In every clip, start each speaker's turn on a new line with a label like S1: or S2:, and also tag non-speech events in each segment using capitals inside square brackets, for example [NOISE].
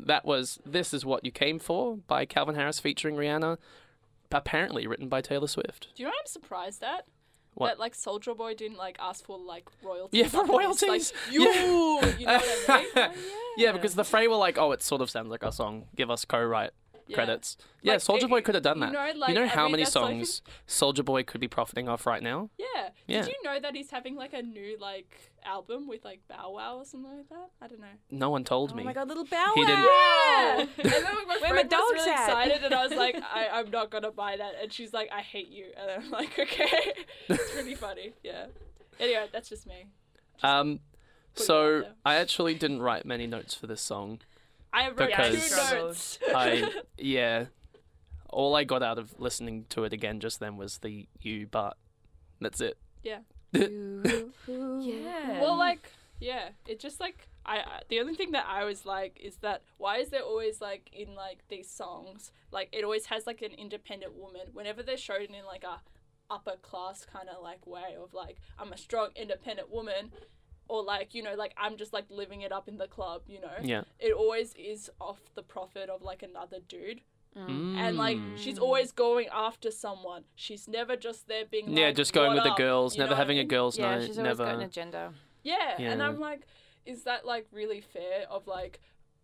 S1: that was This Is What You Came For by Calvin Harris featuring Rihanna, apparently written by Taylor Swift.
S2: Do you know what I'm surprised at?
S1: What?
S2: That like Soldier Boy didn't like ask for like royalties.
S1: Yeah, for
S2: after this.
S1: royalties.
S2: Like, [LAUGHS] you,
S1: Yeah.
S2: you know what I mean?
S1: [LAUGHS]
S2: Like,
S1: Yeah, because the Fray were like, oh, it sort of sounds like our song. Give us co write
S2: Yeah.
S1: credits. Yeah,
S2: Like,
S1: Soldier
S2: it-
S1: Boy could have done that.
S2: you know, like,
S1: how
S2: every-
S1: many
S2: that's like-
S1: songs Soldier Boy could be profiting off right now?
S2: yeah.
S1: Yeah.
S2: Did you know that he's having like a new like album with like Bow Wow or something like that? I don't know.
S1: No one told
S3: Oh
S1: me.
S3: my god, little Bow
S1: He didn't-
S3: Wow! [LAUGHS]
S2: Yeah. [LAUGHS] and then my
S3: Where
S2: friend
S3: my
S2: was
S3: dog's
S2: really
S3: at?
S2: excited, and I was [LAUGHS]
S3: [LAUGHS]
S2: like, I, I'm not gonna buy that. And she's like, I hate you. And I'm
S1: [LAUGHS]
S2: like, okay, it's pretty funny. Yeah. Anyway, that's just me.
S1: Um,
S2: Put it out
S1: so
S2: there.
S1: I actually didn't write many notes for this song.
S2: I wrote
S1: Because-
S2: two [LAUGHS] notes.
S1: I yeah, all I got out of listening to it again just then was the you but that's it.
S2: yeah.
S3: yeah.
S2: Well, like, yeah, it just like I, I. The only thing that I was like is that why is there always like in like these songs like it always has like an independent woman whenever they're shown in like a upper class kind of like way of like I'm a strong independent woman. Or like you know, like I'm just like living it up in the club, you know.
S1: Yeah.
S2: It always is off the profit of like another dude,
S3: Mm.
S1: Mm,
S2: and like she's always going after someone. She's never just there being.
S1: yeah,
S2: like,
S1: just going
S2: "What
S1: with the
S2: up?"
S1: girls,
S2: You know
S1: never
S2: what I
S1: having a
S2: mean?
S1: girls'
S3: yeah,
S1: night,
S3: she's always got an
S1: never.
S3: agenda.
S2: Yeah, and
S1: Yeah.
S2: I'm like, is that like really fair? Of like,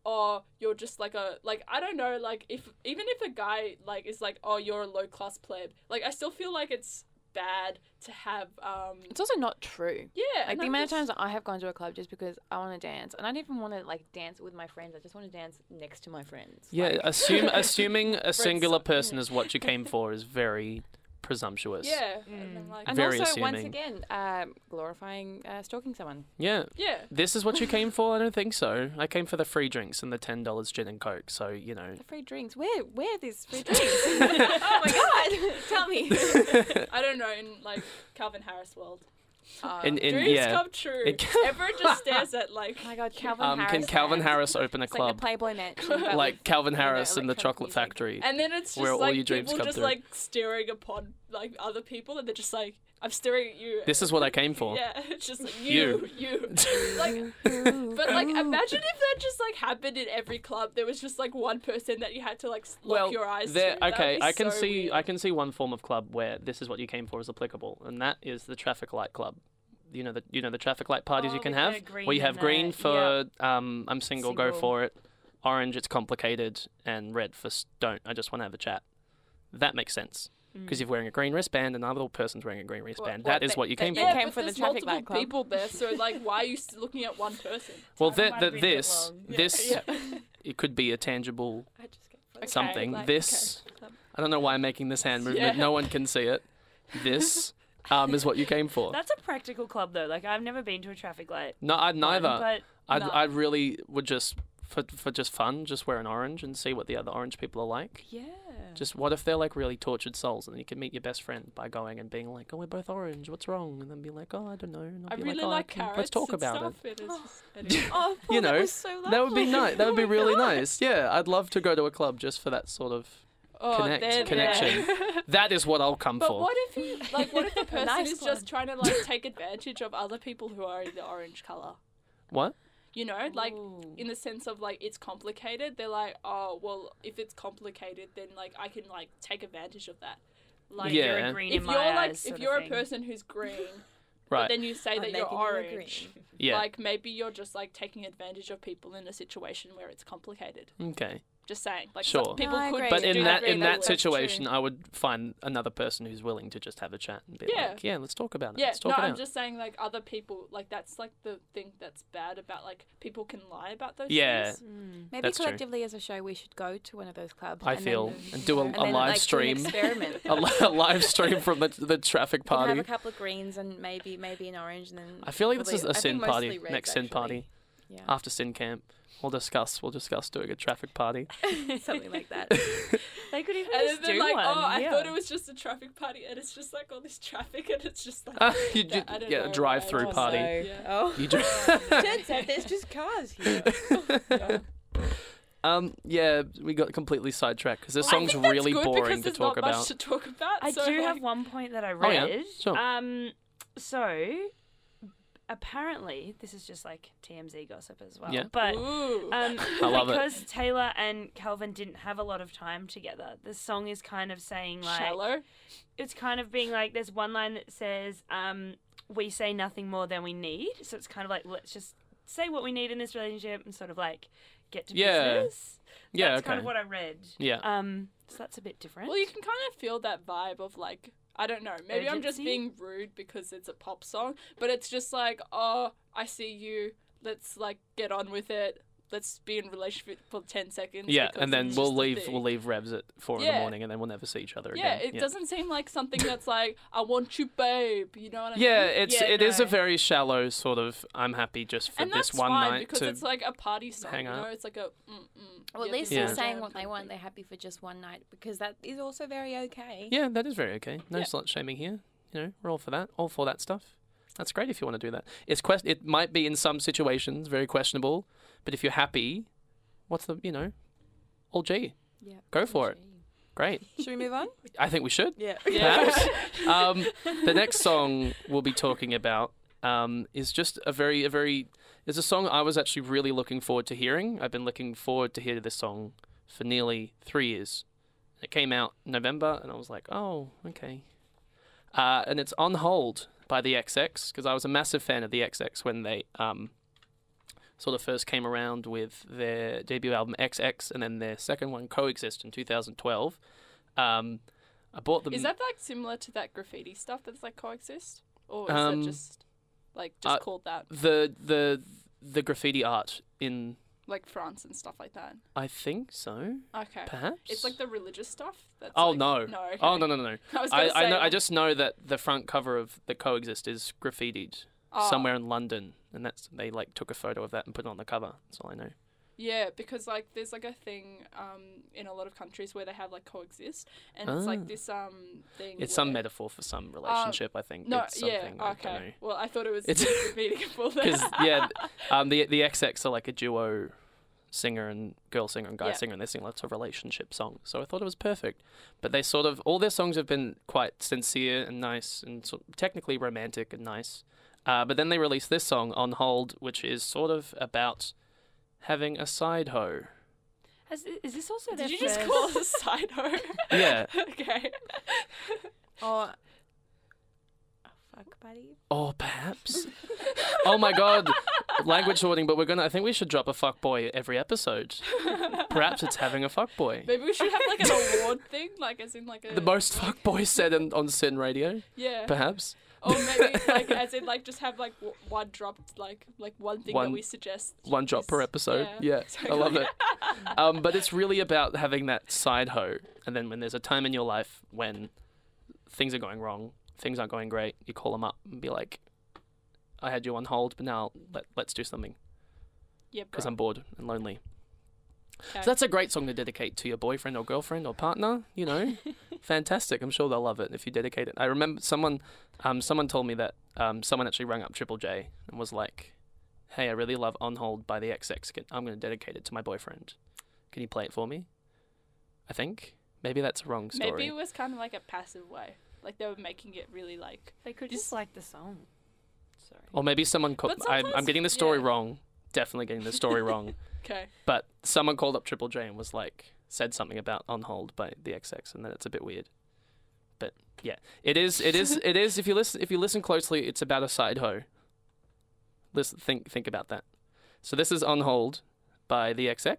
S2: oh, you're just like a like I don't know like if even if a guy like is like oh you're a low class pleb like I still feel like it's bad to have um
S3: It's also not true.
S2: yeah
S3: Like
S2: and
S3: the
S2: I'm
S3: amount of
S2: just-
S3: times that I have gone to a club just because I want to dance, and I don't even want to like dance with my friends. I just want to dance next to my friends.
S1: Yeah,
S3: Like,
S1: assume assuming a singular
S2: so-
S1: person is what you came for is very presumptuous.
S2: yeah and I'm like
S3: Mm. and
S1: very
S3: also once
S1: assuming.
S3: again, um, glorifying uh, stalking someone.
S1: Yeah. [LAUGHS]
S2: yeah [LAUGHS]
S1: This is what you came for? I don't think so. I came for the free drinks and the ten dollars gin and coke. So you know.
S3: [LAUGHS] The free drinks. Where where are these free drinks?
S1: [LAUGHS]
S3: oh my god! [LAUGHS] Tell me.
S2: I don't know in like Calvin Harris world
S3: Uh,
S1: In in
S2: dreams
S1: yeah.
S2: come true
S1: It- [LAUGHS]
S2: everyone just stares at like
S3: oh my god, Calvin
S1: Um,
S3: Harris.
S1: can Calvin
S3: man.
S1: Harris open a
S3: It's like
S1: club
S3: the Playboy Mansion. but [LAUGHS]
S1: like
S3: with,
S1: Calvin
S3: you know,
S1: Harris and the
S3: electronic
S1: Chocolate
S3: music.
S1: Factory?
S2: and then it's just
S1: Where all
S2: like
S1: your dreams
S2: people
S1: come
S2: just
S1: through.
S2: like staring upon like other people and they're just like I'm staring at you
S1: This is what I came for.
S2: Yeah, [LAUGHS] it's just like you,
S1: [LAUGHS] You.
S2: you. like, but
S1: [LAUGHS]
S2: like, imagine if that just like happened in every club. There was just like one person that you had to like s- lock
S1: well,
S2: your eyes
S1: there,
S2: to. That would
S1: okay,
S2: be
S1: I can
S2: so
S1: see
S2: weird.
S1: I can see one form of club where this is what you came for is applicable, and that is the traffic light club. You know the you know the traffic light parties
S3: Oh,
S1: you can
S3: with the
S1: have
S3: green
S1: where you have
S3: and
S1: green
S3: the-
S1: for um, I'm single, go
S3: Single.
S1: for it, orange it's complicated, and red for s- don't. I just want to have a chat. That makes sense because you're wearing a green wristband and another person's wearing a green wristband.
S3: Mm. what
S1: that is
S3: they-
S1: what you
S3: they-
S1: came
S3: they
S1: for.
S2: yeah,
S3: came
S2: but
S3: for the
S2: there's
S3: traffic light
S2: multiple
S3: club.
S2: people there, so like, why are you s- looking at one person?
S1: well,
S4: Tell them
S1: th-
S4: I've
S1: th-
S4: been here
S1: this
S3: [LAUGHS]
S4: long.
S1: [LAUGHS] this
S2: Yeah. [LAUGHS]
S1: it could be a tangible
S2: I just get [LAUGHS]
S1: something. this I don't know why I'm making this hand movement.
S2: Yeah.
S1: No one can see it. This
S2: [LAUGHS]
S1: um, is what you came for.
S4: That's a practical club though. Like I've never been to a traffic light.
S1: No, I'd neither.
S4: But
S1: I'd,
S2: no.
S1: I really would just for for just fun, just wear an orange and see what the other orange people are like.
S4: yeah.
S1: Just what if they're like really tortured souls, and then you can meet your best friend by going and being like, "Oh, we're both orange. What's wrong?" And then be like, "Oh, I don't know." And I'll
S2: I
S1: be
S2: really
S1: like, oh,
S2: like
S1: can-
S2: carrots.
S1: Let's talk
S2: and
S1: about
S2: stuff,
S1: it. [GASPS]
S2: and it's just- anyway.
S3: [LAUGHS] Oh, Paul,
S1: You
S3: that
S1: know,
S3: was so
S1: That would be
S3: lovely.
S1: nice.
S2: [LAUGHS]
S1: That would be
S3: Oh my
S1: really
S3: God.
S1: nice. Yeah, I'd love to go to a club just for that sort of. [LAUGHS]
S2: Oh,
S1: Connect-
S2: there, there. [LAUGHS]
S1: connection. That is what I'll come
S2: But
S1: for.
S2: what if
S3: [LAUGHS]
S2: you like? What if the person
S3: Nice
S2: is
S3: one.
S2: just trying to like take advantage of other people who are in the orange color?
S1: What?
S2: You know, like in the sense of like it's complicated. They're like, oh well, if it's complicated, then like I can like take advantage of that. Like,
S1: Yeah.
S4: you're a green
S2: if
S4: in
S2: you're
S4: my
S2: like,
S4: eyes
S2: if
S4: sort of
S2: you're a
S4: thing.
S2: person who's green,
S1: [LAUGHS]
S2: but
S1: Right.
S2: then you say
S3: I'm
S2: that
S3: making
S2: you're
S3: you
S2: orange.
S3: agree.
S1: yeah.
S2: Like maybe you're just like taking advantage of people in a situation where it's complicated.
S1: okay.
S2: Just saying, like some
S1: Sure.
S2: people
S4: Ah,
S3: No, I
S2: could.
S3: agree.
S1: But
S2: do
S1: in
S3: I
S1: that
S3: agree
S1: in
S3: that
S1: that
S3: that's
S1: situation, I would find another person who's willing to just have a chat and be
S2: Yeah.
S1: like, "Yeah, let's talk about it.
S2: Yeah,
S1: let's
S2: no,
S1: talk it
S2: I'm
S1: out."
S2: just saying like other people like that's like the thing that's bad about like people can lie about those
S1: Yeah.
S2: things.
S4: Hmm.
S3: Maybe
S1: That's true.
S3: collectively as a show, we should go to one of those clubs.
S1: I
S3: and then-
S1: feel and do a,
S3: and
S1: a
S3: then,
S1: live
S3: like, do an
S1: stream,
S3: experiment.
S1: [LAUGHS] a, li- a live stream from the the traffic
S3: We can have
S1: party.
S3: a couple of greens and maybe maybe an orange and then.
S1: I feel like this
S3: probably-
S1: is
S3: I
S1: a
S3: think
S1: sin party.
S3: mostly reds,
S1: Next sin
S3: actually.
S1: party
S3: Yeah,
S1: after sin camp. We'll discuss. We'll discuss doing a traffic party. [LAUGHS]
S3: [LAUGHS] something like that.
S4: They could even
S2: And then
S4: just
S2: they're
S4: do
S2: like,
S4: one.
S2: oh, I
S4: yeah.
S2: thought it was just a traffic party, and it's just like all this traffic, and it's
S1: [LAUGHS]
S2: just like oh.
S1: you
S2: that-
S1: ju-
S2: I don't
S1: yeah,
S2: know
S1: a
S2: why.
S1: drive-through
S2: Oh,
S1: party.
S2: no.
S1: [LAUGHS]
S3: Oh,
S1: You ju-
S3: turns out there's just cars here.
S1: [LAUGHS] um, yeah, we got completely sidetracked because this
S2: I think
S1: song's
S2: that's
S1: really
S2: good
S1: boring
S2: because
S1: to
S2: there's
S1: talk
S2: not
S1: about.
S2: Much to talk about.
S4: I
S2: so,
S4: do
S2: like,
S4: have one point that I
S1: Oh, yeah.
S4: read.
S1: Sure.
S4: Um, so apparently, this is just like TMZ gossip as well.
S1: Yeah.
S4: But
S2: Ooh.
S4: um,
S1: I love it.
S4: because Taylor and Calvin didn't have a lot of time together, the song is kind of saying like
S2: Shallow.
S4: it's kind of being like there's one line that says um, we say nothing more than we need, so it's kind of like let's just say what we need in this relationship and sort of like get to
S1: Yeah.
S4: business.
S1: Yeah,
S4: that's
S1: okay.
S4: kind of what I read.
S1: yeah.
S4: Um, so that's a bit different.
S2: Well, you can kind of feel that vibe of like I don't know. Maybe I'm just
S4: Urgency?
S2: being rude because it's a pop song, but it's just like, oh, I see you. Let's like get on with it. Let's be in a relationship for ten seconds.
S1: yeah,
S2: because
S1: and then
S2: it's
S1: we'll
S2: just a
S1: leave.
S2: thing."
S1: We'll leave Revs at four in the
S2: Yeah.
S1: morning, and then we'll never see each other
S2: Yeah,
S1: again.
S2: it doesn't seem like something that's like I want you, babe. You know what I mean?
S1: Yeah, it's
S4: Yeah,
S1: it is a
S4: no.
S1: very shallow sort of. I'm happy just for
S2: and
S1: this
S2: that's
S1: one
S2: fine
S1: night
S2: because
S1: to.
S2: it's like a party song.
S1: hang
S2: you know,
S1: out.
S2: it's like a. Mm, mm, yeah,
S3: Well, at
S2: this
S3: least
S1: Yeah.
S3: they're
S2: is a
S3: saying
S2: jam
S3: what they
S2: kind of
S3: want.
S2: thing.
S3: They're happy for just one night because that is also very okay.
S1: yeah, that is very okay. No
S2: Yeah.
S1: slut shaming here. You know, we're all for that. All for that stuff. That's great if you want to do that. It's quest. It might be in some situations very questionable, but if you're happy, what's the you know, all G.
S3: Yeah.
S1: Go for it. Great.
S3: Should we move on?
S1: I think we should.
S3: yeah.
S1: Perhaps. um, the next song we'll be talking about um, is just a very, a very. It's a song I was actually really looking forward to hearing. I've been looking forward to hear this song for nearly three years. It came out in November, and I was like, oh, okay. Uh, and it's on hold by the XX because I was a massive fan of the XX when they um, sort of first came around with their debut album XX, and then their second one, Coexist, in 2012. Um, I bought them.
S2: [LAUGHS] Is that like similar to that graffiti stuff that's like coexist, or is
S1: Um,
S2: it just like just
S1: uh,
S2: called that,
S1: the the the graffiti art in
S2: like France and stuff like that?
S1: I think so,
S2: Okay,
S1: perhaps.
S2: it's like the religious stuff. That's
S1: Oh
S2: like-
S1: no.
S2: no, okay.
S1: Oh no no no no.
S2: [LAUGHS] I was
S1: I,
S2: gonna
S1: I
S2: say,
S1: know I
S2: like-
S1: just know that the front cover of the coexist is graffitied
S2: Oh,
S1: somewhere in London and that's they like took a photo of that and put it on the cover. That's all I know.
S2: Yeah, because like there's like a thing um in a lot of countries where they have like coexist, and it's
S1: Ah.
S2: like this um thing.
S1: It's some
S2: where-
S1: metaphor for some relationship, I think.
S2: No,
S1: it's
S2: yeah,
S1: something I don't know.
S2: okay. Well, I thought it was [LAUGHS]
S1: It's-
S2: just meeting
S1: [LAUGHS]
S2: for [LAUGHS]
S1: Because
S2: that.
S1: yeah, um, the the XX are like a duo singer and girl singer and guy
S2: Yeah.
S1: singer, and they sing lots of relationship songs. So I thought it was perfect. But they sort of all their songs have been quite sincere and nice, and sort of technically romantic and nice. Uh, but then they released this song on hold, which is sort of about having a side hoe.
S4: Has, is this also
S2: [LAUGHS]
S4: their
S2: Did you just
S4: first-
S2: call us a side hoe?
S1: Yeah.
S2: [LAUGHS] okay.
S3: [LAUGHS] Or. Oh, fuck, buddy.
S1: Or perhaps. oh my god. Language warning, but we're gonna I think we should drop a fuckboy every episode. Perhaps it's having a fuckboy.
S2: Maybe we should have like an award thing, like as in like a
S1: The most fuckboy said in, on Sin Radio,
S2: yeah,
S1: [LAUGHS] perhaps.
S2: or maybe like as in like just have like w- one dropped like like one thing
S1: One-
S2: that we suggest
S1: One drop per
S2: is-
S1: episode.
S2: yeah. [LAUGHS]
S1: Yeah, I love it.
S2: Exactly.
S1: Um, but it's really about having that side hoe. And then when there's a time in your life when things are going wrong, things aren't going great, you call them up and be like, I had you on hold, but now let, let's do something
S2: Yeah,
S1: because
S2: bro.
S1: I'm bored and lonely.
S2: Okay.
S1: So that's a great song to dedicate to your boyfriend or girlfriend or partner. You
S2: [LAUGHS]
S1: know, fantastic. I'm sure they'll love it if you dedicate it. I remember someone, um, someone told me that um, someone actually rang up Triple J and was like, "Hey, I really love On Hold by the XX. Can- I'm going to dedicate it to my boyfriend. Can you play it for me?" I think maybe that's a wrong story.
S2: maybe it was kind of like a passive way, like they were making it really like
S4: They could
S2: Just-
S4: just like the song. Sorry.
S1: or maybe someone. Co-
S2: But
S1: I'm, I'm
S2: sometimes-
S1: getting the story
S2: yeah.
S1: wrong. Definitely getting the
S2: [LAUGHS]
S1: story wrong.
S2: okay,
S1: But someone called up Triple J and was like, said something about on hold by the XX, and that it's a bit weird. But yeah, it is. It is. it is. If you listen, if you listen closely, it's about a side hoe. Listen, think, think about that. So this is on hold by the XX.